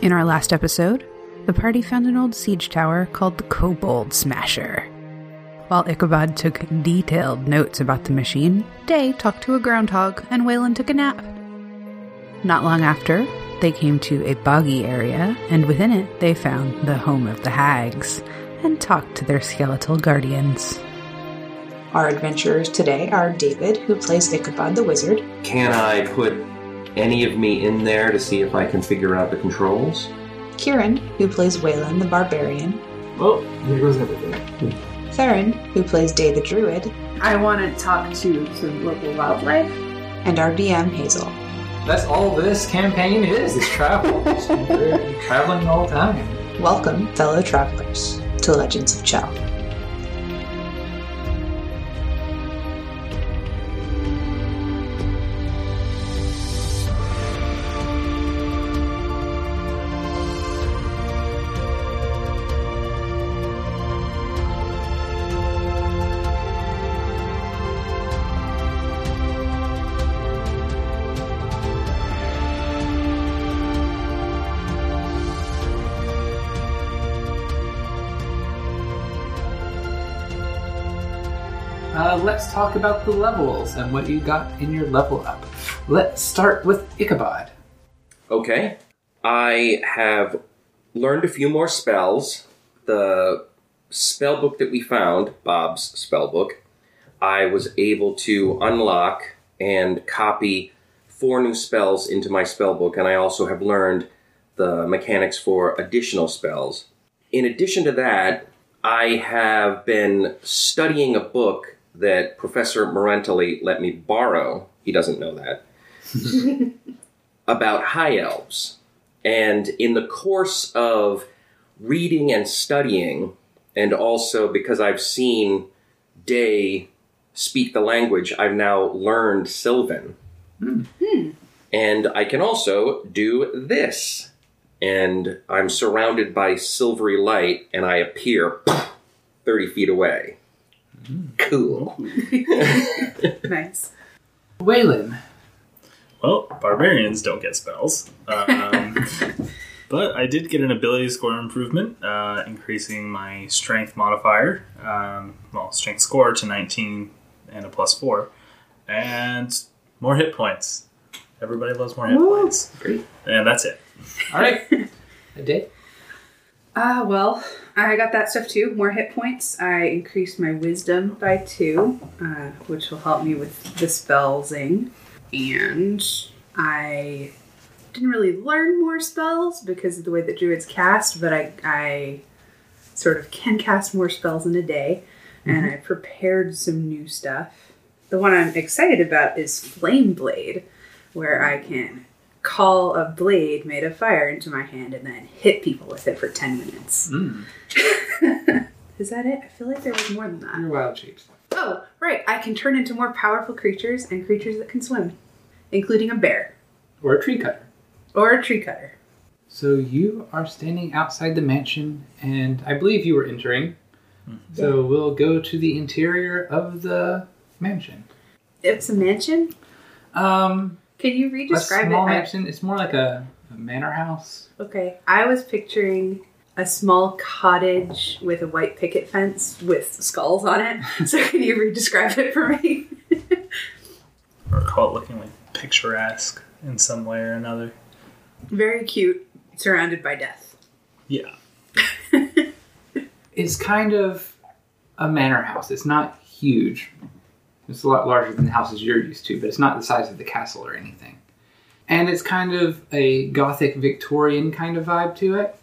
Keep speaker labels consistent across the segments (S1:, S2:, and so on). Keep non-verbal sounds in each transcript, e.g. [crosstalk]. S1: In our last episode, the party found an old siege tower called the Kobold Smasher. While Ichabod took detailed notes about the machine, Day talked to a groundhog and Waylon took a nap. Not long after, they came to a boggy area, and within it, they found the home of the hags and talked to their skeletal guardians.
S2: Our adventurers today are David, who plays Ichabod the Wizard,
S3: Can I put any of me in there to see if I can figure out the controls?
S2: Kieran, who plays Waylon the Barbarian,
S4: Oh, here goes everything.
S2: Theron, who plays Day the Druid,
S5: I want to talk to some local wildlife.
S2: and our DM Hazel.
S4: That's all this campaign is, is [laughs] travel. We're traveling all the time.
S2: Welcome, fellow travelers, to Legends of Chell.
S4: Uh, let's talk about the levels and what you got in your level up. Let's start with Ichabod.
S3: Okay. I have learned a few more spells. The spell book that we found, Bob's spell book, I was able to unlock and copy four new spells into my spell book, and I also have learned the mechanics for additional spells. In addition to that, I have been studying a book that Professor Morentali let me borrow. He doesn't know that about high elves. And in the course of reading and studying, and also because I've seen Day speak the language, I've now learned Sylvan. And I can also do this. And I'm surrounded by silvery light, and I appear [sniffs] 30 feet away. Cool.
S5: Nice.
S4: Waylon.
S6: Well, barbarians don't get spells. Um, but I did get an ability score improvement, uh, increasing my strength modifier, um, well, strength score to 19 and a plus 4, and more hit points. Everybody loves more hit points.
S4: Great.
S6: And that's it.
S4: All [laughs] right. I did.
S5: Ah, well, I got that stuff too. More hit points. I increased my wisdom by two, uh, which will help me with the spell zing. And I didn't really learn more spells because of the way that druids cast, but I, I sort of can cast more spells in a day. And I prepared some new stuff. The one I'm excited about is Flame Blade, where I can call a blade made of fire into my hand and then hit people with it for 10 minutes.
S4: Mm.
S5: [laughs] Is that it? I feel like there was more than that.
S4: Your wild shapes.
S5: Oh, right. I can turn into more powerful creatures and creatures that can swim, including a bear
S4: Or a tree cutter.
S5: or a tree cutter.
S4: So you are standing outside the mansion, and I believe you were entering. So we'll go to the interior of the mansion.
S5: It's a mansion?
S4: Um,
S5: Can you re
S4: a
S5: describe it?
S4: small
S5: I-
S4: mansion. It's more like a, a manor house.
S5: okay. I was picturing a small cottage with a white picket fence with skulls on it. [laughs] so can you re describe it for me? [laughs]
S6: I recall it looking like picturesque in some way or another.
S5: Very cute, surrounded by death.
S6: Yeah.
S4: It's kind of a manor house. It's not huge. It's a lot larger than the houses you're used to, but it's not the size of the castle or anything. And it's kind of a gothic Victorian kind of vibe to it.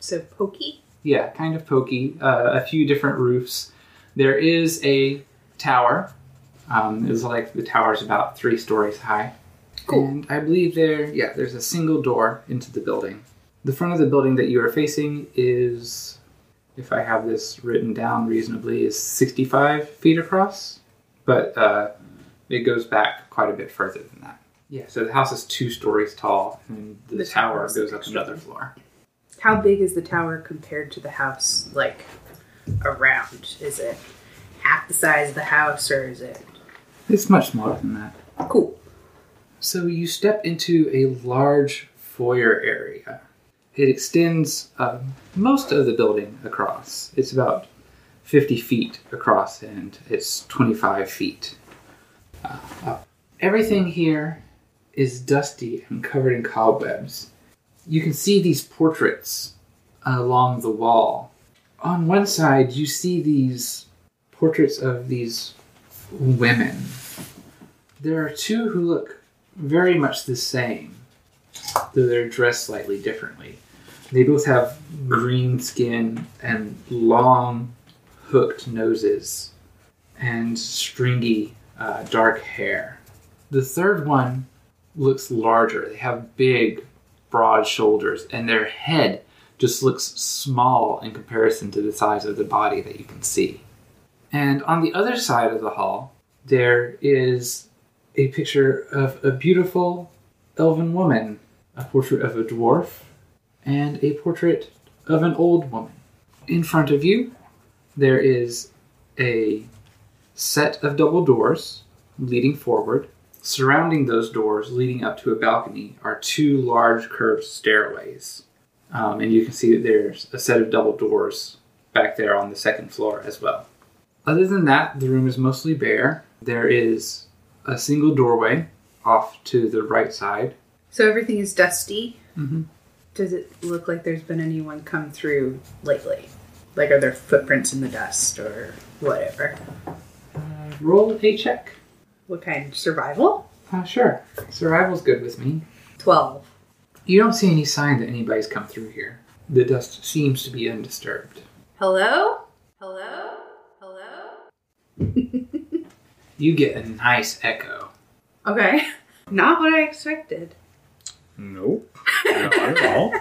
S5: So pokey?
S4: Yeah, kind of pokey. Uh, a few different roofs. There is a tower. Um, it was like the tower's about three stories high.
S5: Cool.
S4: And I believe there, yeah, there's a single door into the building. The front of the building that you are facing is, if I have this written down reasonably, is 65 feet across, but uh, it goes back quite a bit further than that. Yeah, so the house is two stories tall, and the,
S5: The tower
S4: tower
S5: is
S4: goes up
S5: extra.
S4: another floor.
S5: How big is the tower compared to the house, like around? Is it half the size of the house or is it
S4: It's much smaller than that.
S5: cool?
S4: So you step into a large foyer area. It extends uh, most of the building across. It's about 50 feet across and it's 25 feet uh, up. Everything here is dusty and covered in cobwebs. You can see these portraits along the wall. On one side, you see these portraits of these women. There are two who look very much the same, though they're dressed slightly differently. They both have green skin and long, hooked noses and stringy, uh, dark hair. The third one looks larger. They have big, broad shoulders, and their head just looks small in comparison to the size of the body that you can see. And on the other side of the hall, there is a picture of a beautiful elven woman, a portrait of a dwarf, and a portrait of an old woman. In front of you, there is a set of double doors leading forward. Surrounding those doors, leading up to a balcony, are two large curved stairways. Um, and you can see that there's a set of double doors back there on the second floor as well. Other than that, the room is mostly bare. There is a single doorway off to the right side.
S7: So everything is dusty.
S4: Mhm.
S7: Does it look like there's been anyone come through lately? Like, are there footprints in the dust or whatever?
S4: Roll a check.
S7: What kind? Survival?
S4: Uh, sure. Survival's good with me.
S7: 12.
S4: You don't see any sign that anybody's come through here. The dust seems to be undisturbed.
S7: Hello? Hello? Hello?
S4: You get a nice echo.
S7: Okay. [laughs] Not what I expected.
S6: Nope. Not at all.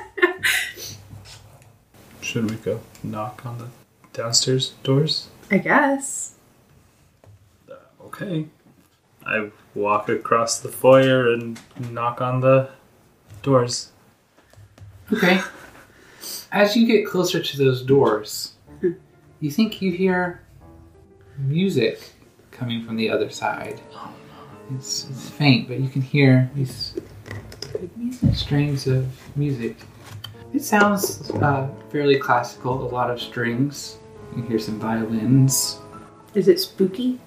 S6: Should we go knock on the downstairs doors?
S7: I guess.
S6: Okay. I walk across the foyer and knock on the doors.
S4: Okay. As you get closer to those doors, you think you hear music coming from the other side. It's, it's faint, but you can hear these strings of music. It sounds uh, fairly classical, a lot of strings. You can hear some violins.
S7: Is it spooky?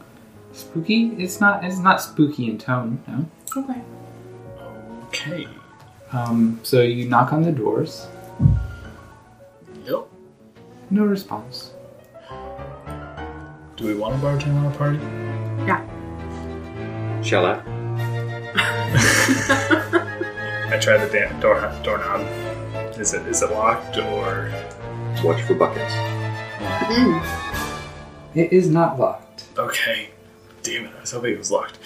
S4: Spooky? It's not. It's not spooky in tone. No.
S7: Okay.
S6: Okay.
S4: Um, so you knock on the doors.
S6: Yep.
S4: No response.
S6: Do we want to bartend on a party?
S3: Shall I?
S6: I try the da- door doorknob. Is it is it locked or?
S3: Watch for buckets.
S4: It is not locked.
S6: Okay. Damn it! I was hoping it was locked.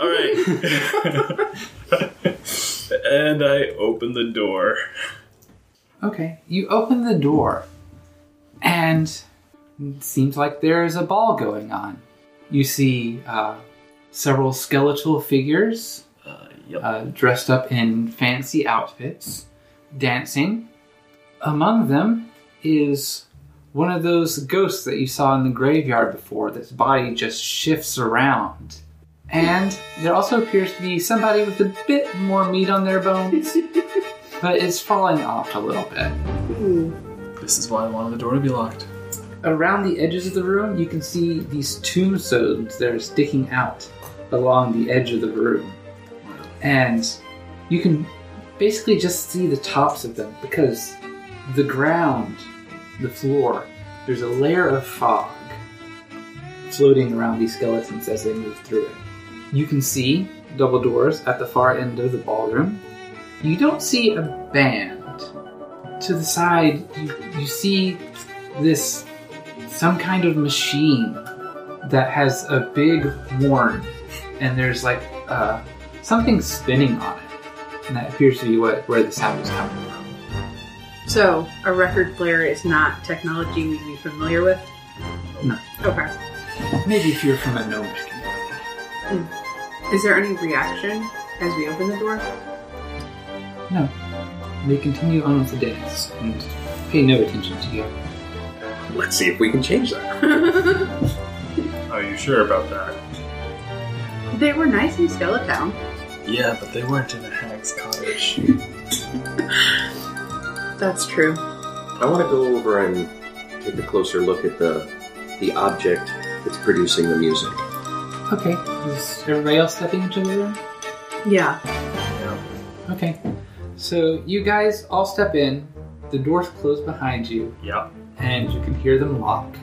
S6: All [laughs] right. and I open the door.
S4: Okay, you open the door, and it seems like there is a ball going on. You see uh, several skeletal figures
S6: Uh, yep.
S4: uh, dressed up in fancy outfits dancing. Among them is one of those ghosts that you saw in the graveyard before, that's body just shifts around. And there also appears to be somebody with a bit more meat on their bones, but it's falling off a little bit.
S6: This is why I wanted the door to be locked.
S4: Around the edges of the room, you can see these tombstones that are sticking out along the edge of the room. And you can basically just see the tops of them because the ground, the floor, there's a layer of fog floating around these skeletons as they move through it. You can see double doors at the far end of the ballroom. You don't see a band. To the side, you, you see this some kind of machine that has a big horn and there's like uh, something spinning on it and that appears to be what where the sound is coming from
S7: So, a record player is not technology we'd be familiar with?
S4: No.
S7: Okay.
S4: maybe if you're from a gnomish community
S7: Is there any reaction as we open the door?
S4: no they continue on with the dance and pay no attention to you
S3: Let's see if we can change that.
S6: Are you sure about that?
S7: They were nice in Skeletown.
S6: Yeah, but they weren't in the hag's cottage.
S7: That's true.
S3: I want to go over and take a closer look at the the object that's producing the music.
S4: Okay. Is everybody else stepping into the room?
S7: Yeah.
S4: Okay. So you guys all step in. The doors close behind you,
S6: Yep.
S4: and you can hear them [laughs] lock.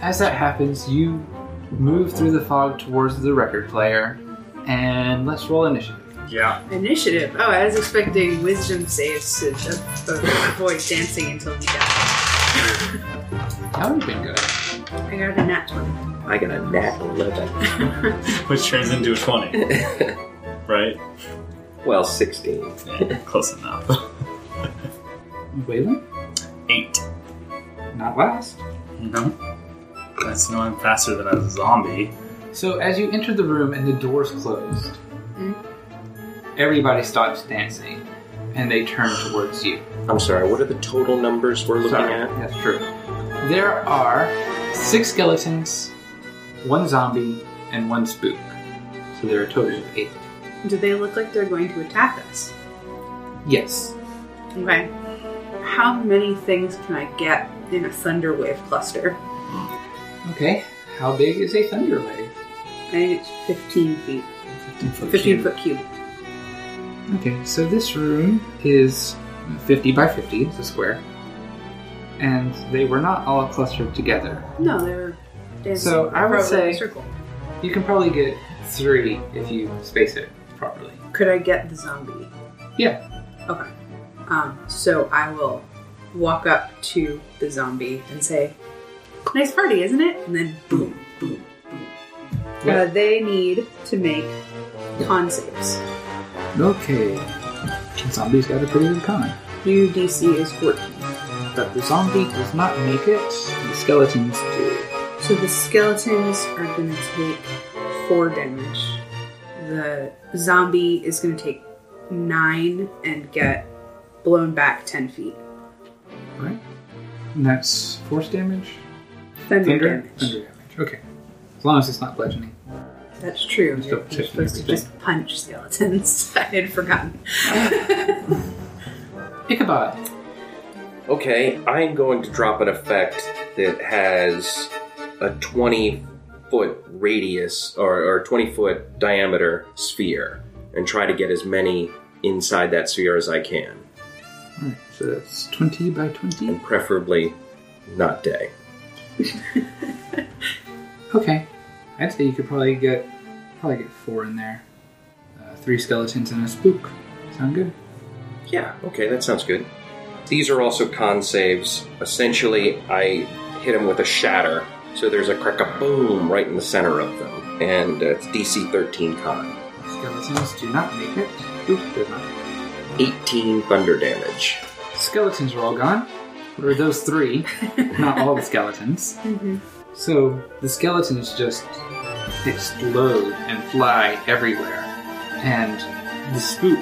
S4: As that happens, you move through the fog towards the record player, and let's roll initiative.
S6: Yeah.
S7: Initiative. Oh, I was expecting wisdom saves to uh, avoid dancing until we die.
S4: That would have been good.
S7: I got a nat one.
S3: I got a nat 11.
S6: Which turns into a 20. right?
S3: well, 16.
S6: Yeah, close enough.
S4: Waylon?
S6: Eight.
S4: Not last.
S6: No. That's no, I'm faster than a zombie.
S4: So as you enter the room and the doors closed, everybody stops dancing, and they turn towards you.
S3: I'm sorry, what are the total numbers we're looking
S4: Sorry,
S3: at?
S4: that's true. There are six skeletons, one zombie, and one spook. So there are a total of eight.
S7: Do they look like they're going to attack us?
S4: Yes.
S7: Okay. How many things can I get in a thunder wave cluster?
S4: Okay. How big is a thunder wave?
S7: I think it's 15 feet.
S4: 15 foot.
S7: 15 foot cube.
S4: Okay, so this room is 50 by 50, it's a square. And they were not all clustered together.
S7: No, they're dancing.
S4: So, I would
S7: probably in a
S4: say-
S7: circle.
S4: You can probably get three if you space it properly.
S7: Could I get the zombie?
S4: Yeah.
S7: Okay. Um, so I will walk up to the zombie and say, "Nice party, isn't it?" And then boom, boom, boom.
S4: Yeah.
S7: Uh, they need to make con saves.
S4: Okay. Zombie's got a pretty good con.
S7: New DC is fourteen.
S4: But the zombie does not make it. The skeletons do.
S7: So the skeletons are going to take four damage. The zombie is going to take nine and get blown back ten feet.
S4: Right? And that's force damage?
S7: Thunder, damage.
S4: Thunder damage. Okay. As long as it's not bludgeoning.
S7: That's true.
S4: Just
S7: You're
S4: double checking
S7: supposed to
S4: everything.
S7: just punch skeletons. [laughs] I had forgotten.
S4: Ichabod.
S3: Okay, I'm going to drop an effect that has a 20 foot radius or, or 20 foot diameter sphere and try to get as many inside that sphere as I can.
S4: Alright, so that's 20 by 20.
S3: And preferably not day.
S4: Okay. I'd say you could probably get probably get four in there. Uh, three skeletons and a spook. Sound good?
S3: Yeah, okay, that sounds good. These are also con saves. Essentially, I hit them with a shatter, so there's a crack a boom right in the center of them, and uh, it's DC 13 con.
S4: Skeletons do not make it. Spook does not make
S3: 18 thunder damage.
S4: it. Skeletons are all gone. Or those three. not all the skeletons. So the skeletons just explode and fly everywhere. And the spook,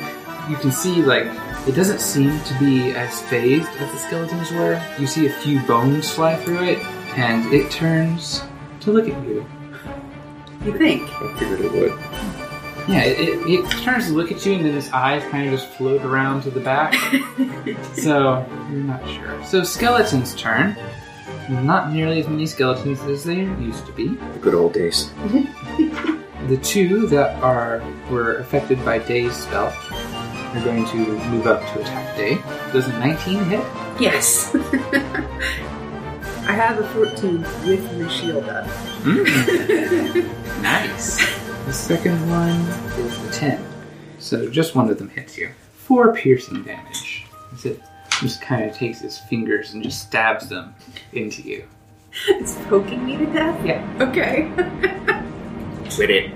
S4: you can see, like, it doesn't seem to be as phased as the skeletons were. You see a few bones fly through it, and it turns to look at you.
S7: You think?
S3: I figured it would.
S4: Yeah, it, it, it turns to look at you, and then its eyes kind of just float around to the back. so, you're not sure. So, skeletons turn. Not nearly as many skeletons as there used to be.
S3: The good old days.
S4: The two that are were affected by Day's spell are going to move up to attack Day. Does a 19 hit?
S7: Yes. [laughs] I have a 14 with my shield up. [laughs]
S4: Nice. [laughs] The second one is a 10. So just one of them hits you. Four piercing damage. As it just kind of takes its fingers and just stabs them into you.
S7: It's poking me to death?
S4: Yeah.
S7: Okay. [laughs]
S3: With it.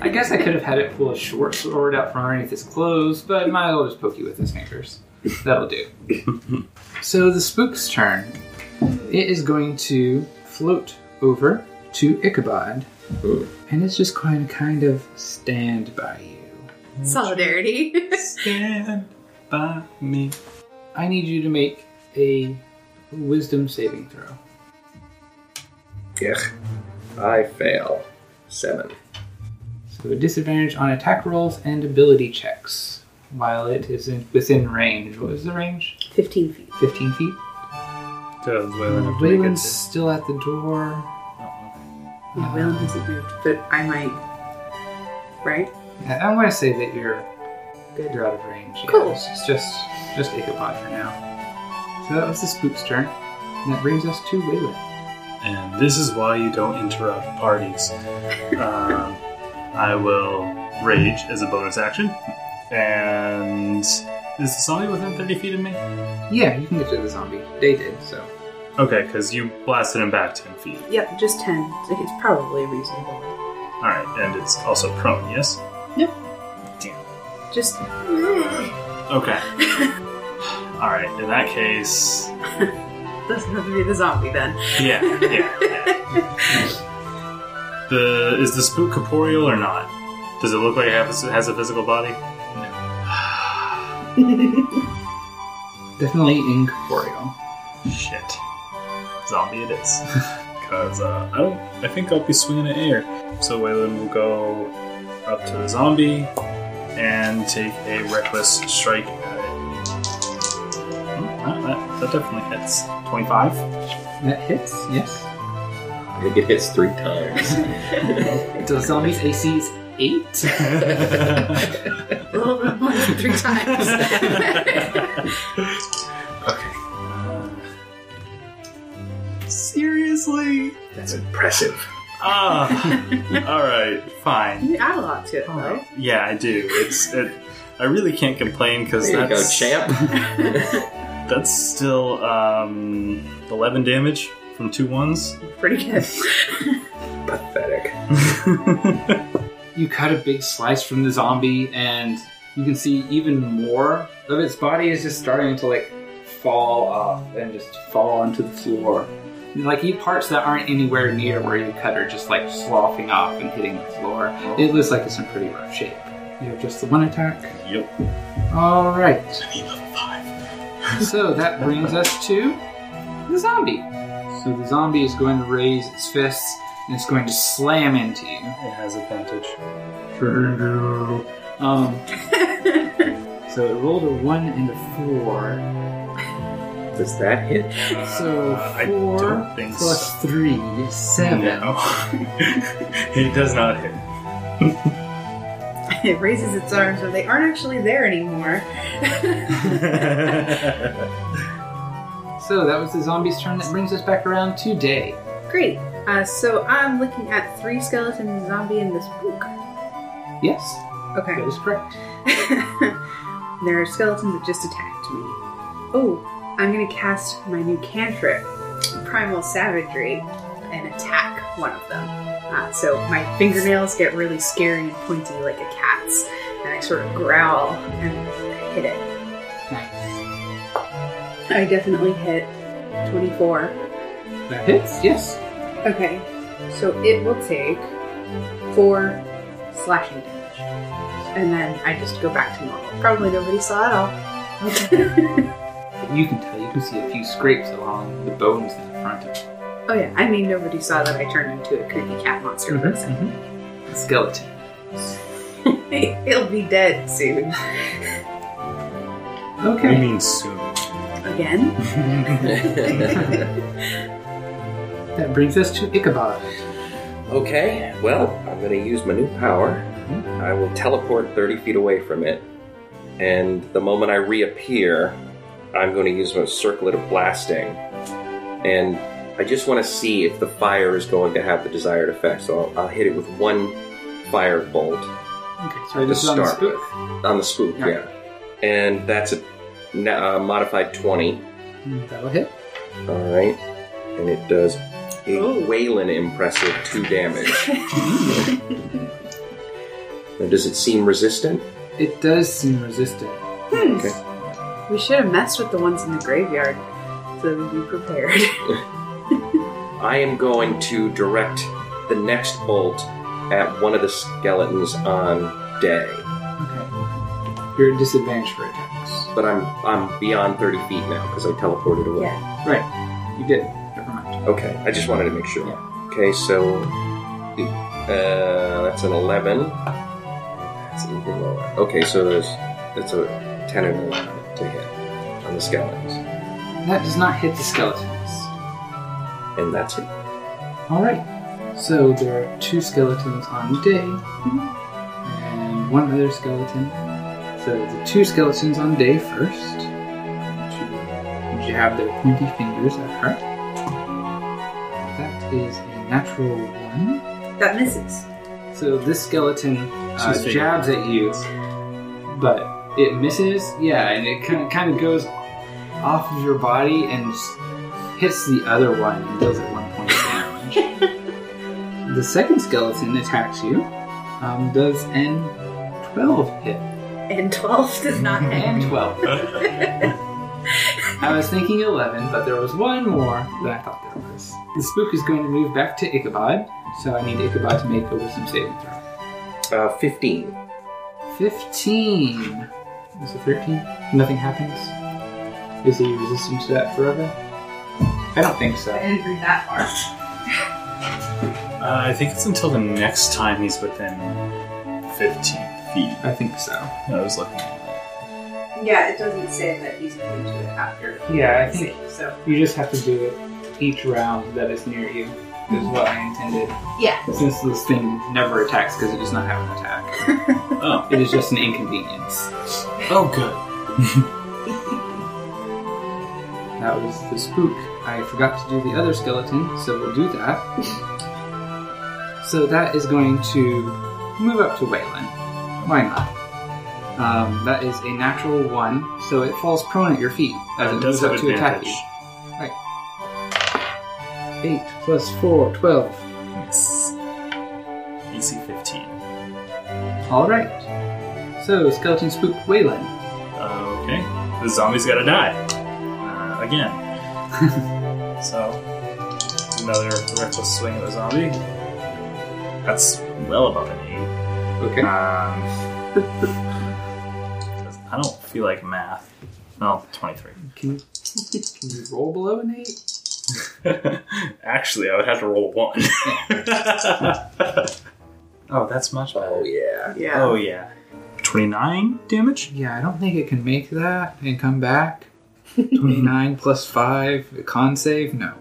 S4: I guess I could have had it pull a short sword out from underneath his clothes, but might as well just poke you with his fingers. That'll do. so the spook's turn. It is going to float over to Ichabod, and it's just going to kind of stand by you.
S7: Solidarity. [laughs]
S6: Stand by me.
S4: I need you to make a wisdom saving throw.
S3: Ugh. I fail. Seven.
S4: So a disadvantage on attack rolls and ability checks. while it is in, within range. What was the range?
S7: 15 feet.
S4: 15 feet?
S6: Does Waylon have to make
S4: Wayland's
S6: it?
S4: still at the door.
S7: Yeah, Waylon hasn't moved, but I might. Right?
S4: I- I'm going to say that you're
S7: Good.
S4: you're out of range. yeah.
S7: Cool.
S4: It's it's just just Ichabod for now. So that was the spook's turn, and that brings us to Wayland.
S6: And this is why you don't interrupt parties. um, I will rage as a bonus action. And is the zombie within 30 feet of me?
S4: Yeah, you can get to the zombie. They did so.
S6: Okay, because you blasted him back 10 feet.
S7: Yep, just 10. So It's probably reasonable.
S6: All right, and it's also prone, yes?
S7: Yep.
S6: Damn.
S7: Just. [laughs]
S6: Okay. All right, in that case,
S7: Doesn't have to be the zombie then.
S6: yeah, yeah, yeah. The is the spook corporeal or not? Does it look like it has, has a physical body?
S4: Definitely incorporeal.
S6: Shit. Zombie it is. Because uh, I don't. I think I'll be swinging at air. So Waylon will go up to the zombie and take a reckless strike at it. Mm, wow, that, that definitely hits. 25.
S4: That hits, yes.
S3: I think it hits three times.
S4: So the zombie's AC is eight.
S7: A little bit more than three times.
S6: okay. Seriously?
S3: That's impressive.
S6: Ah. Alright, fine.
S7: you add a lot to it, though.
S6: Alright. Yeah, I do. It's it, I really can't complain because
S3: There you go,
S6: that's
S3: champ.
S6: that's still um, eleven damage from two ones.
S7: Pretty good. [laughs]
S3: Pathetic.
S4: You cut a big slice from the zombie, and you can see even more of its body is just starting to like fall off and just fall onto the floor. And, like e parts that aren't anywhere near where you cut are just like sloughing off and hitting the floor. It looks like it's in pretty rough shape. You have just the one attack.
S6: Yep.
S4: All right.
S6: [laughs]
S4: so that brings us to the zombie. So the zombie is going to raise its fists and it's going to slam into you.
S6: It has advantage. [laughs]
S4: Um, so it rolled a one and a four.
S3: Does that hit?
S4: So
S6: Uh, I
S4: four
S6: don't think so.
S4: plus three is seven.
S6: No. [laughs] it does not hit.
S7: it raises its arms, but they aren't actually there anymore.
S6: [laughs]
S4: So that was the zombie's turn. That brings us back around to day.
S7: Great. Uh, so I'm looking at three skeleton zombie in this book.
S4: Yes,
S7: Okay.
S4: that is correct.
S7: there are skeletons that just attacked me. Oh, I'm gonna cast my new cantrip, Primal Savagery, and attack one of them. Uh, so my fingernails get really scary and pointy like a cat's, and I sort of growl and I hit it.
S4: Nice.
S7: I definitely hit 24.
S4: That hits. Yes.
S7: Okay, so it will take four slashing damage. And then I just go back to normal. Probably nobody saw it all.
S4: You can tell. You can see a few scrapes along the bones in the front of it.
S7: oh, yeah, I mean, nobody saw that I turned into a creepy cat monster person.
S4: The skeleton.
S7: [laughs] He'll be dead soon.
S6: We
S4: Okay.
S6: mean soon. Uh,
S7: Again?
S4: That brings us to Ichabod.
S3: Okay, well, I'm going to use my new power. I will teleport 30 feet away from it. And the moment I reappear, I'm going to use my circlet of blasting. And I just want to see if the fire is going to have the desired effect. So I'll, I'll hit it with one fire bolt
S4: Okay, so this
S3: To
S4: is on the
S3: start
S4: spook.
S3: on the spook,
S4: Yeah.
S3: yeah. And that's a, na- uh modified 20.
S4: Mm, That'll hit.
S3: All right. And it does a Waylon impressive 2 damage. now, does it seem resistant?
S4: It does seem resistant.
S3: Okay.
S7: Hmm. We should have messed with the ones in the graveyard so we'd be prepared.
S3: I am going to direct the next bolt at one of the skeletons on Day,
S4: Okay. You're at disadvantage for attacks.
S3: but I'm I'm beyond 30 feet now because I teleported away.
S7: yeah.
S4: Right. You did. Never mind.
S3: Okay, I just wanted to make sure. Okay, so uh, that's an 11. That's even lower. Okay, so there's That's a 10 and 11 to hit on the skeletons.
S4: That does not hit the skeletons.
S3: And that's it.
S4: All right. So there are two skeletons on Day, and one other skeleton. So the two skeletons on Day first to jab their pointy fingers at her. That is a natural one.
S7: [laughs] That misses.
S4: So this skeleton uh,
S6: She's figuring
S4: jabs at you, but it misses. Yeah, and it kind of, kind of goes off of your body and s- hits the other one and deals it one point of damage. the second skeleton attacks you. Um, does an 12 hit?
S7: And 12 does [laughs] not hit.
S4: And 12. I was thinking 11, but there was one more than I thought there was. The spook is going to move back to Ichabod, so I need Ichabod to make a wisdom saving throw.
S3: Uh, 15.
S4: 15. Is it 13? Nothing happens? Is he resistant to that forever? I don't think so.
S7: I didn't read that far.
S6: Uh, I think it's until the next time he's within 15 feet.
S4: I think so.
S6: I was looking. at
S7: Yeah, it doesn't say that he's going to do it after.
S4: Yeah, I
S7: the
S4: think-
S7: save, So,
S4: You just have to do it each round that is near you, is what I intended.
S7: yeah.
S4: Since this thing never attacks because it does not have an attack,
S6: that. Oh,
S4: it is just an inconvenience.
S6: oh, good.
S4: That was the spook. I forgot to do the other skeleton, so we'll do that. so that is going to move up to Waylon. Why not? Um, that is a natural one, so it falls prone at your feet as it,
S6: It does
S4: moves up
S6: have
S4: to attack
S6: advantage.
S4: you. 8 plus 4, 12.
S6: Yes. AC 15.
S4: Alright. So, skeleton spook Waylon.
S6: Okay. The zombie's gotta die. Uh, again.
S4: [laughs]
S6: so, another reckless swing at the zombie. That's well above an 8.
S4: Okay. [laughs]
S6: Um, I don't feel like math. No, 23.
S4: Can, can you roll below an 8?
S6: [laughs] Actually, I would have to roll one. [laughs] oh, that's much better.
S3: Oh, yeah.
S7: Yeah.
S6: Oh, yeah. 29 damage?
S4: Yeah, I don't think it can make that and come back. 29 plus 5, a con save? No.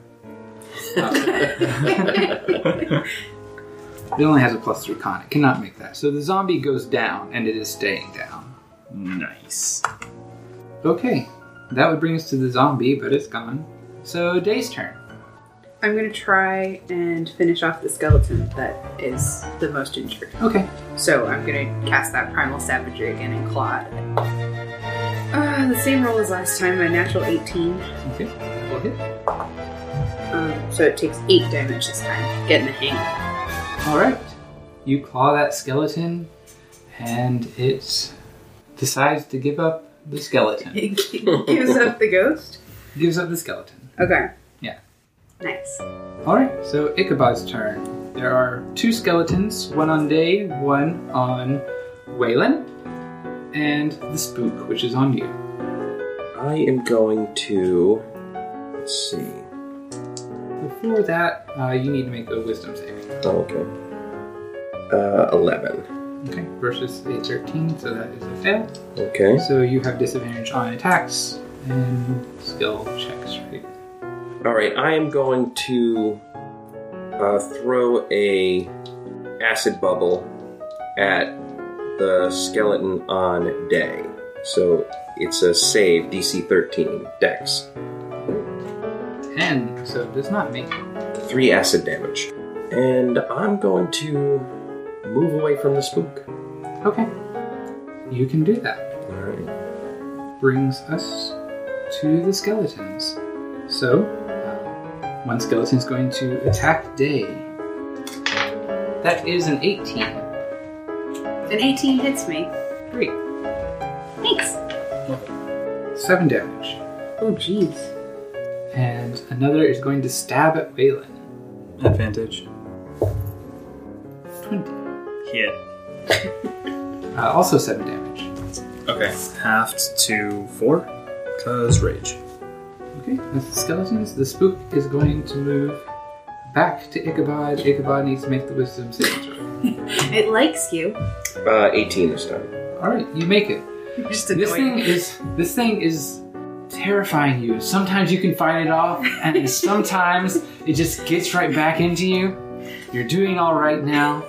S4: It only has a plus 3 con. It cannot make that. So the zombie goes down, and it is staying down.
S6: Nice.
S4: Okay, that would bring us to the zombie, but it's gone. So Day's turn.
S7: I'm going to try and finish off the skeleton that is the most injured.
S4: Okay.
S7: So I'm going to cast that Primal Savagery again and claw at it. Uh, the same roll as last time, my natural 18.
S4: Okay. We'll hit.
S7: Um, so it takes 8 damage this time. Getting the [laughs] hang.
S4: Alright. You claw that skeleton, and it decides to give up the skeleton.
S7: It gives up the ghost.
S4: Gives up the skeleton.
S7: Okay.
S4: Yeah.
S7: Nice.
S4: Alright, so Ichabod's turn. There are two skeletons, one on Day, one on Waylon, and the spook, which is on you.
S3: I am going to. Let's see.
S4: Before that, uh, you need to make a wisdom saving.
S3: Oh, okay. Uh, 11.
S4: Okay. Versus a 13, so that is a fail.
S3: Okay.
S4: So you have disadvantage on attacks and skill checks, right?
S3: All right, I am going to uh, throw a acid bubble at the skeleton on day. So it's a save DC 13 Dex.
S4: 10, so it does not make it.
S3: Three acid damage, and I'm going to move away from the spook.
S4: Okay. You can do that.
S3: All right.
S4: Brings us to the skeletons. So, uh, one skeleton's going to attack Day. That is an 18.
S7: An 18 hits me.
S4: Great.
S7: Thanks.
S4: 7 damage.
S7: Oh, jeez.
S4: And another is going to stab at Waylon.
S6: Advantage.
S4: 20.
S6: Hit.
S4: Uh, also 7 damage.
S6: Okay. Halved to 4. Cause rage.
S4: Okay, that's the skeletons. The spook is going to move back to Ichabod. Ichabod needs to make the wisdom saving throw.
S7: It likes you.
S3: Uh, 18 this time.
S7: [laughs]
S4: All right, you make it.
S7: Just
S4: This thing
S7: annoying.
S4: is this thing is terrifying you. Sometimes you can fight it off,
S7: [laughs]
S4: and sometimes it just gets right back into you. You're doing all right now.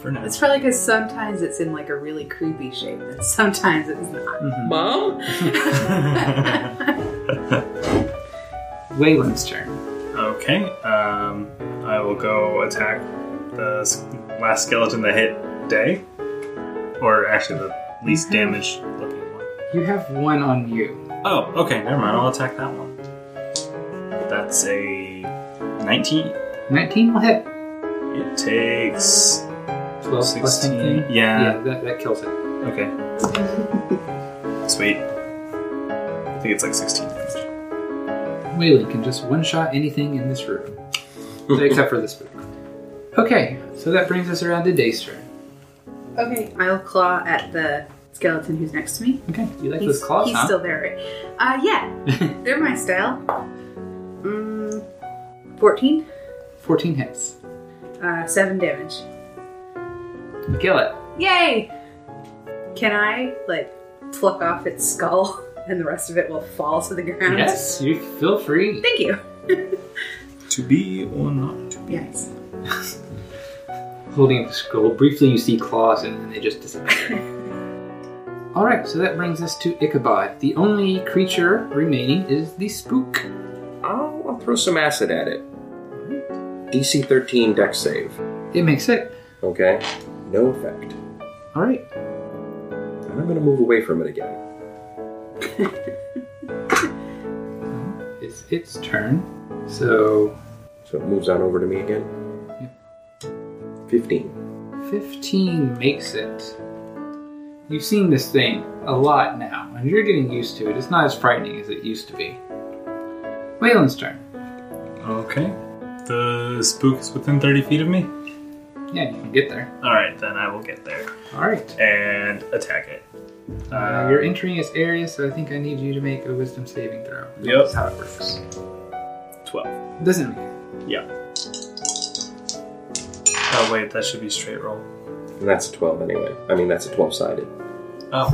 S6: For now.
S7: It's probably because sometimes it's in like a really creepy shape, and sometimes it's not.
S3: Mom?
S6: [laughs]
S4: Wayland's turn.
S6: Okay, um, I will go attack the s- last skeleton that hit Day, or actually the least damaged looking one.
S4: You have one on you.
S6: Oh, okay, never mind. I'll attack that one. That's a 19.
S4: 19 will hit.
S6: It takes
S4: 12 plus
S6: 16.
S4: 19.
S6: Yeah.
S4: Yeah, that, that kills it.
S6: Okay. Sweet. I think it's like 16 damage.
S4: Wayland can just one shot anything in this room. Except for this book. Okay, so that brings us around to Day's turn.
S7: Okay, I'll claw at the skeleton who's next to me.
S4: Okay. You like those claws,
S7: he's
S4: huh?
S7: still there, right? Uh,
S4: [laughs]
S7: yeah, they're my style. Mm, Fourteen,
S4: 14 hits.
S7: uh, seven damage.
S4: You kill it.
S7: Yay! Can I like pluck off its skull, [laughs] and the rest of it will fall to the ground?
S4: Yes, you feel free.
S7: Thank you.
S6: To be or not to be.
S7: Yes.
S4: Holding the scroll, briefly you see claws and then they just disappear. Alright, so that brings us to Ichabod. The only creature remaining is the spook.
S3: I'll, I'll throw some acid at it. DC 13 deck save.
S4: It makes it.
S3: Okay? No effect.
S4: Alright.
S3: And I'm gonna move away from it again.
S4: It's its turn. So
S3: So it moves on over to me again. 15.
S4: 15 makes it. You've seen this thing a lot now, and you're getting used to it. It's not as frightening as it used to be. Wayland's turn.
S6: Okay. The spook is within 30 feet of me?
S4: Yeah, you can get there.
S6: Alright, then I will get there
S4: Alright.
S6: and attack it.
S4: Uh, you're entering its area, so I think I need you to make a wisdom saving throw.
S6: Yep.
S4: That's how it works.
S6: 12.
S4: Doesn't make it.
S6: Yeah. Oh, wait, that should be straight roll.
S3: And that's a 12 anyway. I mean, that's a 12 sided.
S6: Oh.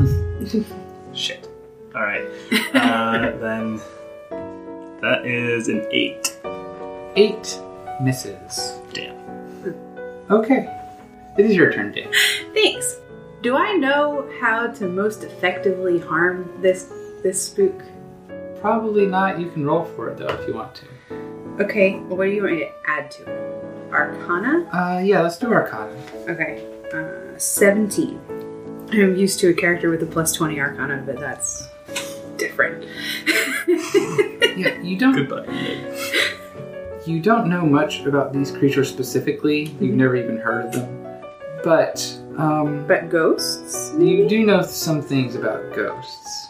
S6: Shit. Alright. Uh, then that is an 8.
S4: Eight misses.
S6: Damn.
S4: Okay. It is your turn, Dave.
S7: Thanks. Do I know how to most effectively harm this this spook?
S4: Probably not. You can roll for it, though, if you want to.
S7: Okay, what do you want me to add to it? Arcana?
S4: Uh, yeah, let's do Arcana.
S7: Okay, uh, 17. I'm used to a character with a plus 20 Arcana, but that's different.
S4: Yeah, you don't
S6: Goodbye.
S4: You don't know much about these creatures specifically. You've never even heard of them. But, um,
S7: But ghosts?
S4: you do know some things about ghosts.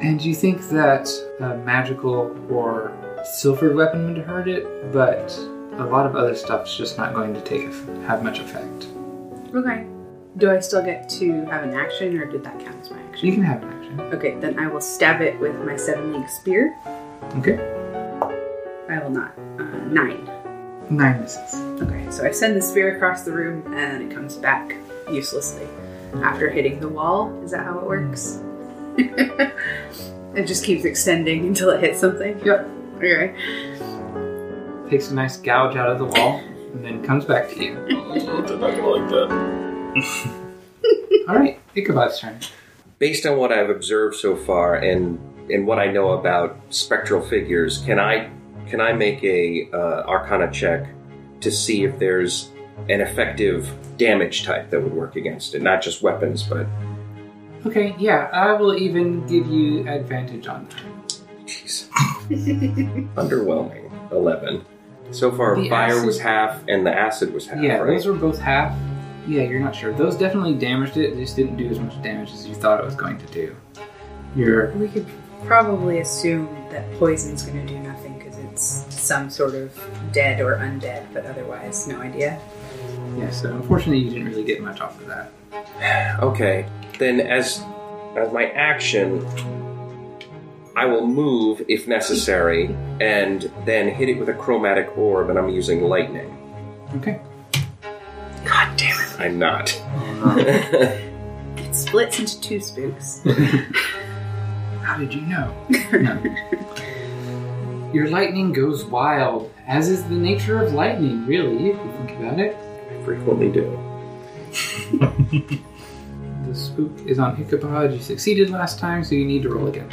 S4: And you think that a magical or silvered weapon would hurt it, but a lot of other stuff's just not going to take eff- have much effect.
S7: Okay. Do I still get to have an action, or did that count as my action?
S4: You can have an action.
S7: Okay, then I will stab it with my seven league spear.
S4: Okay.
S7: I will not. Uh, nine.
S4: Nine misses.
S7: Okay, so I send the spear across the room and it comes back uselessly after hitting the wall. Is that how it works? [laughs] it just keeps extending until it hits something. [laughs]
S4: Yep.
S7: Okay.
S4: Takes a nice gouge out of the wall and then comes back
S6: [laughs]
S4: to you.
S6: Oh, they're not gonna like that.
S4: [laughs] Alright, Ichabod's turn.
S3: Based on what I've observed so far and and what I know about spectral figures, can I can I make a uh, Arcana check to see if there's an effective damage type that would work against it? Not just weapons, but
S4: Okay, yeah, I will even give you advantage on that.
S3: Jeez. Underwhelming. 11. So far,
S4: The
S3: fire
S4: acid-
S3: was half and the acid was half,
S4: Yeah,
S3: right?
S4: those were both half. Yeah, you're not sure. Those definitely damaged it. They just didn't do as much damage as you thought it was going to do. Your
S7: We could probably assume that poison's going to do nothing because it's some sort of dead or undead, but otherwise, no idea.
S4: yeah. So unfortunately, you didn't really get much off of that.
S3: Okay. Then, as, as my action, I will move if necessary and then hit it with a chromatic orb, and I'm using lightning.
S4: Okay.
S3: I'm not. [laughs]
S7: It's splits into two spooks.
S4: How did you know? No. Your lightning goes wild, as is the nature of lightning, really, if you think about it.
S3: I frequently do.
S4: [laughs] The spook is on Hickapod. You succeeded last time, so you need to roll again.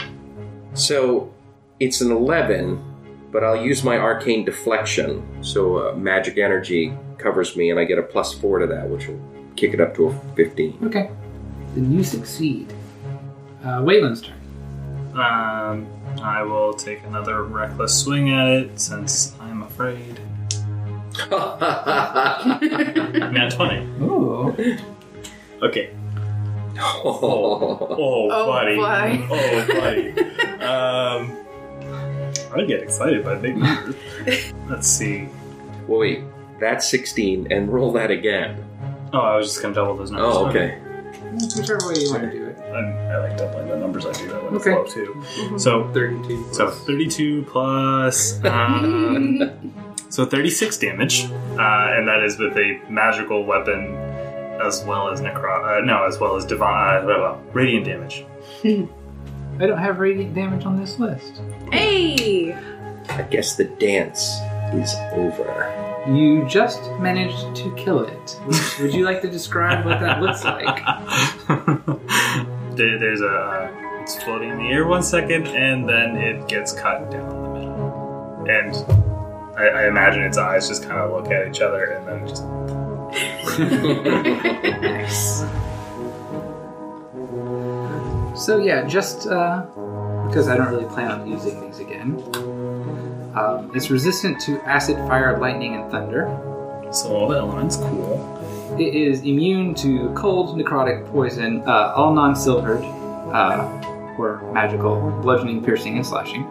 S3: So it's an 11, but I'll use my arcane deflection. So uh, magic energy covers me, and I get a plus four to that, which will kick it up to a
S4: [laughs]
S3: 15.
S4: Okay. Then you succeed. Uh, Wayland's turn.
S6: Um, I will take another reckless swing at it since I'm afraid. Nat 20.
S4: Ooh.
S6: Okay.
S3: [laughs] oh,
S6: Oh,
S7: Oh,
S6: buddy.
S7: boy.
S6: Oh, buddy. um, I get excited by big numbers. Let's see.
S3: well, wait, that's 16, and roll that again.
S6: Oh, I was just going to double those numbers.
S3: Oh, okay.
S4: Whichever way you want to do it.
S6: I'm, I like doubling the numbers. I do that when it's
S4: Okay.
S6: low, too. So
S4: 32.
S6: So 32 [laughs] plus. Um, so 36 damage, uh, and that is with a magical weapon as well as necro. Uh, no, as well as divine. Uh, blah, blah, radiant [laughs] damage.
S4: I don't have radiant damage on this list.
S7: Hey!
S3: I guess the dance is over.
S4: You just managed to kill it. Would- Would you like to describe what that looks like?
S6: there, there's a. It's floating in the air one second, and then it gets cut down the middle. And I, I imagine its eyes just kind of look at each other, and then just.
S7: nice.
S4: So yeah, just uh, because I don't really plan on using these again. Um, it's resistant to acid, fire, lightning, and thunder.
S6: So all the elements, cool.
S4: It is immune to cold, necrotic, poison, uh, all non-silvered uh, or magical, bludgeoning, piercing, and slashing.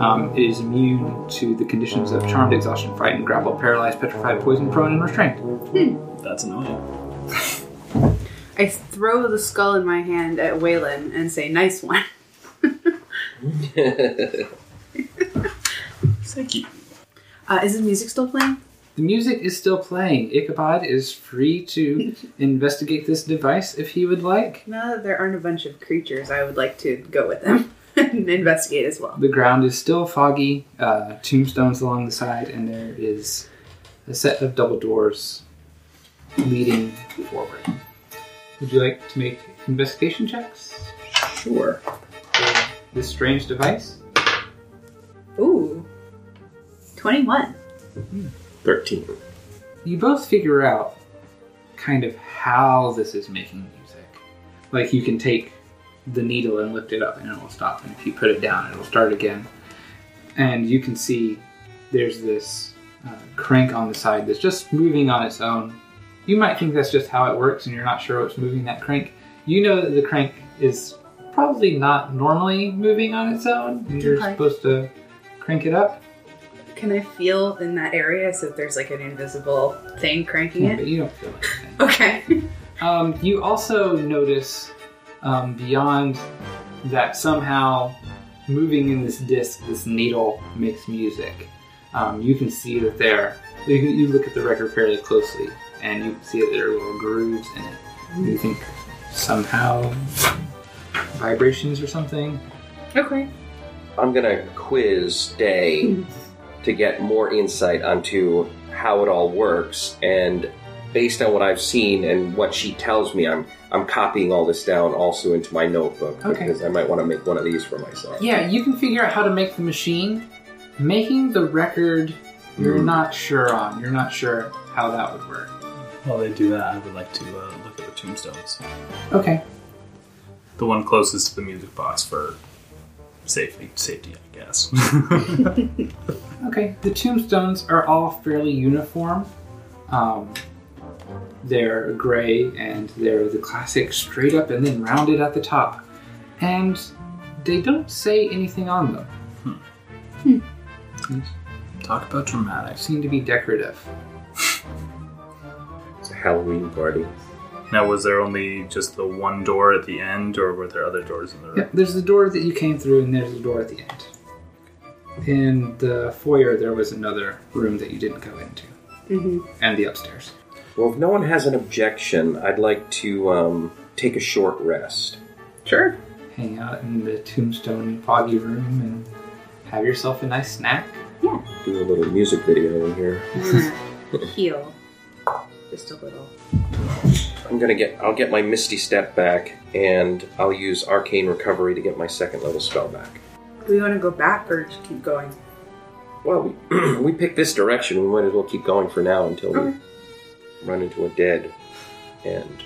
S4: Um, it is immune to the conditions of charmed, exhaustion, frightened, grappled, paralyzed, petrified, poison, prone, and restrained.
S6: That's annoying.
S7: I throw the skull in my hand at Waylon and say, nice one. [laughs]
S6: Thank you.
S7: Uh, is the music still playing?
S4: The music is still playing. Ichabod is free to investigate this device if he would like.
S7: Now that there aren't a bunch of creatures, I would like to go with them [laughs] and investigate as well.
S4: The ground is still foggy, uh, tombstones along the side, and there is a set of double doors leading forward. Would you like to make investigation checks
S3: Sure.
S4: for this strange device?
S7: Ooh. 21.
S3: 13.
S4: You both figure out kind of how this is making music. Like, you can take the needle and lift it up, and it will stop, and if you put it down, it will start again. And you can see there's this uh, crank on the side that's just moving on its own. You might think that's just how it works and you're not sure what's moving that crank. You know that the crank is probably not normally moving on its own. and You're
S7: Okay.
S4: supposed to crank it up,
S7: Can I feel in that area so if there's like an invisible thing cranking it?
S4: but you don't feel anything.
S7: Okay.
S4: Um, you also notice um, beyond that somehow moving in this disc, this needle makes music. Um, you can see that there. You, can- you look at the record fairly closely, and you can see that there are little grooves in it. You think somehow vibrations or something.
S7: Okay.
S3: I'm gonna quiz Day to get more insight onto how it all works, and based on what I've seen and what she tells me, I'm I'm copying all this down also into my notebook
S4: Okay.
S3: because I might want to make one of these for myself.
S4: Yeah, you can figure out how to make the machine. Making the record, you're
S3: Hmm.
S4: not sure on. You're not sure how that would work.
S6: While they do that, I would like to uh, look at the tombstones.
S4: Okay.
S6: The one closest to the music box for safety, safety, I guess.
S4: Okay, the tombstones are all fairly uniform. Um, they're gray and they're the classic straight up and then rounded at the top. And they don't say anything on them. Hmm.
S6: Talk about
S4: They
S6: dramatics.
S4: seem to be decorative.
S3: It's a Halloween party.
S6: Now, was there only just the one door at the end, or were there other doors in the room?
S4: Yep, there's the door that you came through and there's the door at the end. In the foyer, there was another room that you didn't go into,
S7: Mm-hmm.
S4: and the upstairs.
S3: Well, if no one has an objection, I'd like to um, take a short rest.
S7: Sure.
S4: Hang out in the tombstone foggy room and have yourself a nice snack.
S3: Do a little music video in here.
S7: I'm gonna heal. Just a little.
S3: I'm gonna get. I'll get my Misty Step back, and I'll use Arcane Recovery to get my second level spell back.
S7: Do we want to go back or just keep going?
S3: Well, we, [clears throat] we picked this direction. We might as well keep going for now until we
S7: Okay.
S3: run into a dead end.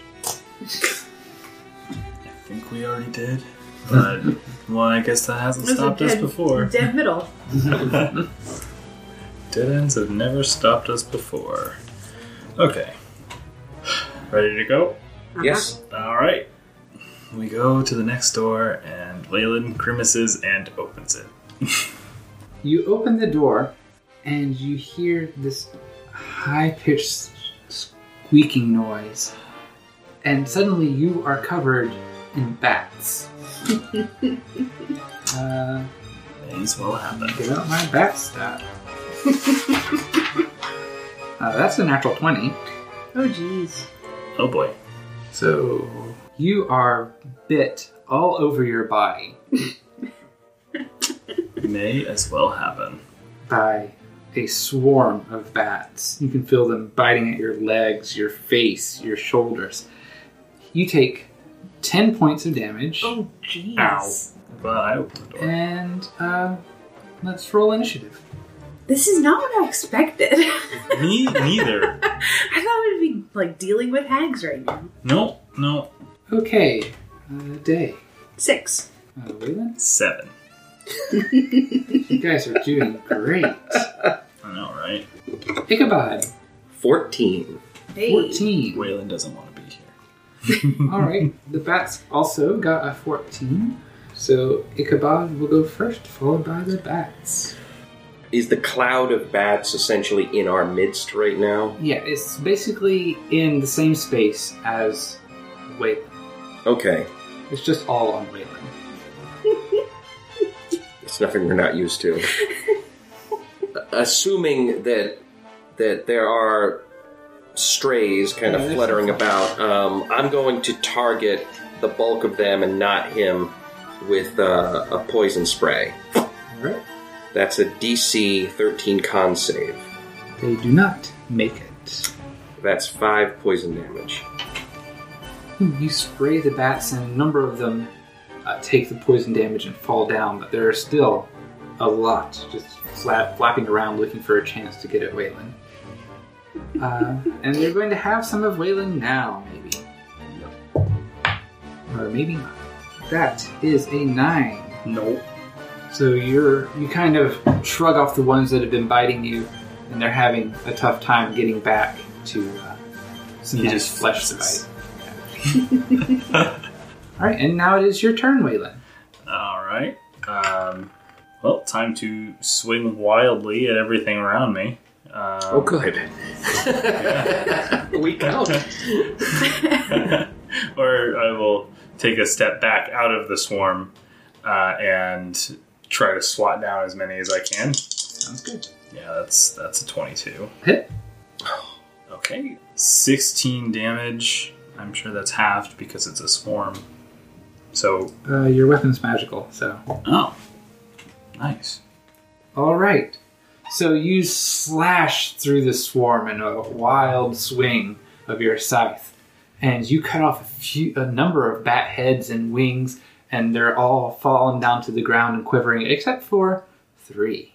S6: I think we already did. But, well, I guess that hasn't stopped us before.
S7: Dead middle.
S6: Dead ends have never stopped us before. Okay. Ready to go?
S3: Yes.
S6: All right. We go to the next door, and Leyland grimaces and opens it.
S4: You open the door and you hear this high pitched squeaking noise, and suddenly you are covered in bats. uh,
S6: Things will happen.
S4: give out my bat stat. uh, that's a natural 20.
S7: Oh, jeez.
S6: Oh boy.
S4: So you are bit all over your body
S6: May as well happen.
S4: by a swarm of bats. You can feel them biting at your legs, your face, your shoulders. You take 10 points of damage,
S7: Oh, jeez.
S6: But I opened the door.
S4: and uh, let's roll initiative.
S7: This is not what I expected. [laughs]
S6: Me neither.
S7: I thought we'd be like dealing with hags right now.
S6: No, no.
S4: Okay, uh, day.
S7: Six.
S4: Uh, Wayland,
S6: Seven.
S4: you guys are doing great.
S6: I know, right?
S4: Ichabod,
S3: Fourteen.
S7: Hey.
S4: 14.
S6: Waylon doesn't want to be here. [laughs]
S4: All right, the bats also got a 14. So Ichabod will go first, followed by the bats.
S3: Is the cloud of bats essentially in our midst right now?
S4: Yeah, it's basically in the same space as Wayland.
S3: Okay.
S4: It's just all on Wayland.
S3: It's nothing we're not used to. [laughs] Assuming that that there are strays kind
S4: Yeah,
S3: of
S4: there's
S3: fluttering
S4: some-
S3: about, um, I'm going to target the bulk of them and not him with uh, a poison spray.
S4: All right.
S3: That's a DC 13 con save.
S4: They do not make it.
S3: That's five poison damage.
S4: Hmm, You spray the bats, and a number of them uh, take the poison damage and fall down, but there are still a lot just flap, flapping around looking for a chance to get at Waylon. [laughs] Uh, and they're going to have some of Waylon now, maybe. Or maybe not. That is a nine.
S6: Nope.
S4: So you're you kind of shrug off the ones that have been biting you, and they're having a tough time getting back to uh, some
S6: He
S4: nice
S6: just
S4: flesh to
S6: flexes.
S4: bite. [laughs] All right, and now it is your turn, Waylon.
S6: All right. Um, well, time to swing wildly at everything around me. Um,
S3: Oh, good. we count.
S6: [laughs] or I will take a step back out of the swarm uh, and try to swat down as many as I can.
S4: Sounds good.
S6: Yeah, that's that's a twenty-two.
S4: Hit.
S6: Okay, sixteen damage. I'm sure that's halved because it's a swarm. So,
S4: Uh, your weapon's magical, so
S6: oh, nice.
S4: all right. So you slash through the swarm in a wild swing of your scythe, and you cut off a few, a number of bat heads and wings, and they're all falling down to the ground and quivering, except for three.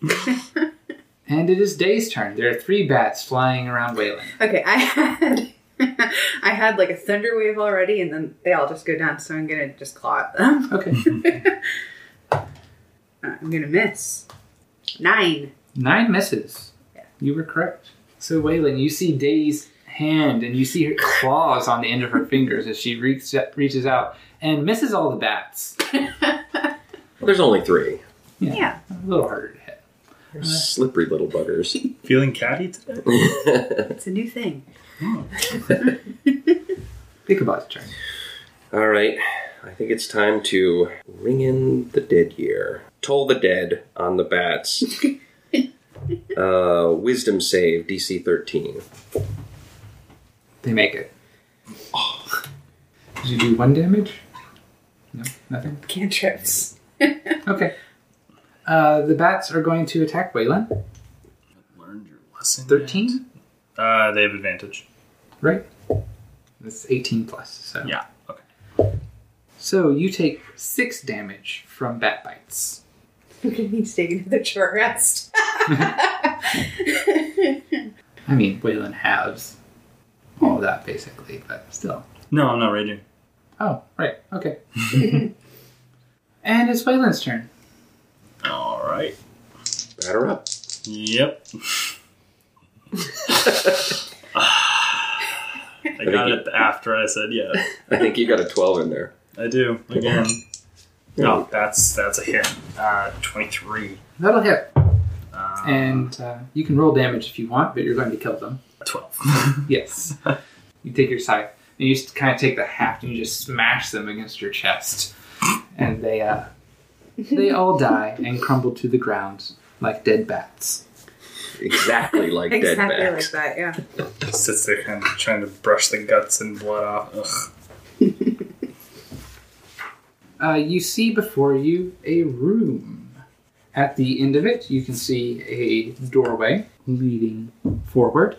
S4: and it is Day's turn. There are three bats flying around Wayland.
S7: Okay, I [laughs] had I had like a thunder wave already, and then they all just go down. So I'm gonna just claw at them. [laughs]
S4: Okay,
S7: Uh, I'm gonna miss nine.
S4: nine misses. You were correct. So Waylon, you see Day's hand and you see her claws on the end of her fingers as she reaches reaches out and misses all the bats.
S3: There's only three.
S7: Yeah.
S4: A little harder to hit.
S3: They're Slippery little buggers.
S6: Feeling catty today?
S7: It's a new thing.
S4: Ichabod's turn.
S3: All right, I think it's time to ring in the dead year. Toll the dead on the
S7: [laughs]
S3: bats. uh, wisdom save, DC 13.
S4: They make it. you do one damage? No, nothing.
S7: Cantrips.
S4: Okay. Uh, the bats are going to attack Waylon.
S6: Learned your lesson. yet?
S4: Thirteen,
S6: Uh, they have advantage.
S4: right? That's eighteen plus. So
S6: Yeah. Okay.
S4: So you take six damage from bat bites.
S7: We need to take another short rest.
S4: I mean, Waylon halves all of that basically, but still.
S6: No, I'm not raging.
S4: Oh, right. Okay. and it's Waylon's turn.
S6: All right.
S3: Batter up.
S6: Yep. [laughs] I
S3: think
S6: got
S3: you-
S6: it after I said yeah.
S3: I think you got a 12 in there.
S6: I do again. No, that's that's a hit. Uh, twenty-three.
S4: That'll hit.
S6: Uh,
S4: And uh, you can roll damage if you want, but you're going to kill them.
S6: twelve. [laughs]
S4: Yes. you take your scythe and you just kind of take the haft and you just smash them against your chest, and they uh, they all die and crumble to the ground like dead bats.
S7: [laughs]
S3: Exactly like
S7: exactly
S3: dead bats.
S7: like that, yeah.
S6: Sits there kind of trying to brush the guts and blood off. Ugh.
S4: Uh, you see before you a room. At the end of it, you can see a doorway leading forward.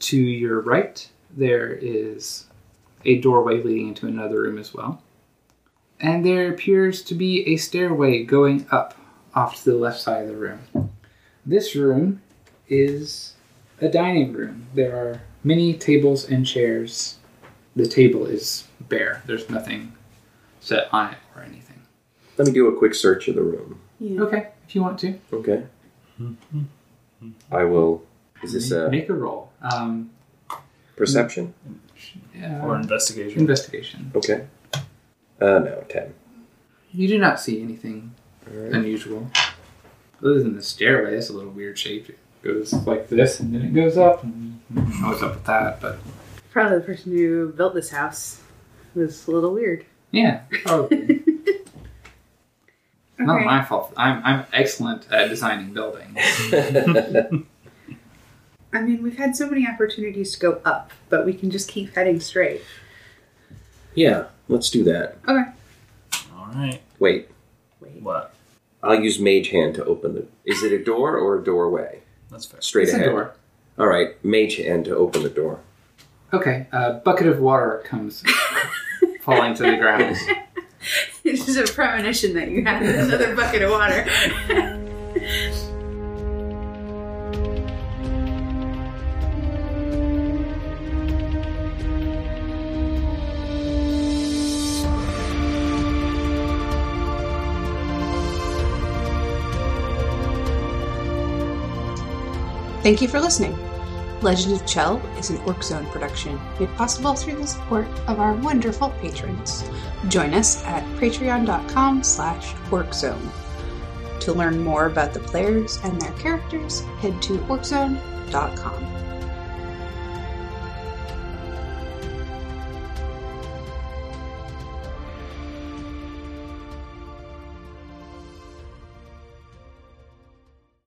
S4: To your right, there is a doorway leading into another room as well. And there appears to be a stairway going up off to the left side of the room. This room is a dining room. There are many tables and chairs. The table is bare, there's nothing set on it or anything.
S3: Let me do a quick search of the room.
S4: Okay, if you want to.
S3: Okay. I will. Is this
S4: Make-
S3: a
S4: make a roll? Um,
S3: perception?
S4: yeah,
S6: Or investigation.
S4: investigation.
S3: Okay. Uh, no, 10.
S4: You do not see anything
S3: Alright.
S4: unusual. Other than the stairway, it's a little weird shaped. It goes like this, and then it goes up. And I don't know what's up with that, but
S7: Probably the person who built this house was a little weird.
S4: yeah,
S3: [laughs]
S4: probably. Not
S7: Okay.
S4: my fault. I'm I'm excellent at designing buildings.
S7: I mean, we've had so many opportunities to go up, but we can just keep heading straight.
S3: [laughs]
S7: [laughs]
S3: yeah, let's do that.
S7: Okay.
S6: All right.
S3: Wait,
S6: What?
S3: I'll use Mage Hand to open the. Is it a door or a doorway?
S6: That's fair.
S3: Straight
S4: It's a
S3: ahead.
S4: door.
S3: All right, Mage Hand to open the door.
S4: Okay, a bucket of water
S3: [laughs]
S4: comes falling to the ground.
S7: It's just a premonition that you had [laughs] another bucket of water.
S5: Thank you for listening. Legend of Chell is an Orc Zone production, made possible through the support of our wonderful patrons. Join us at patreon.com slash orczone. To learn more about the players and their characters, head to orczone.com.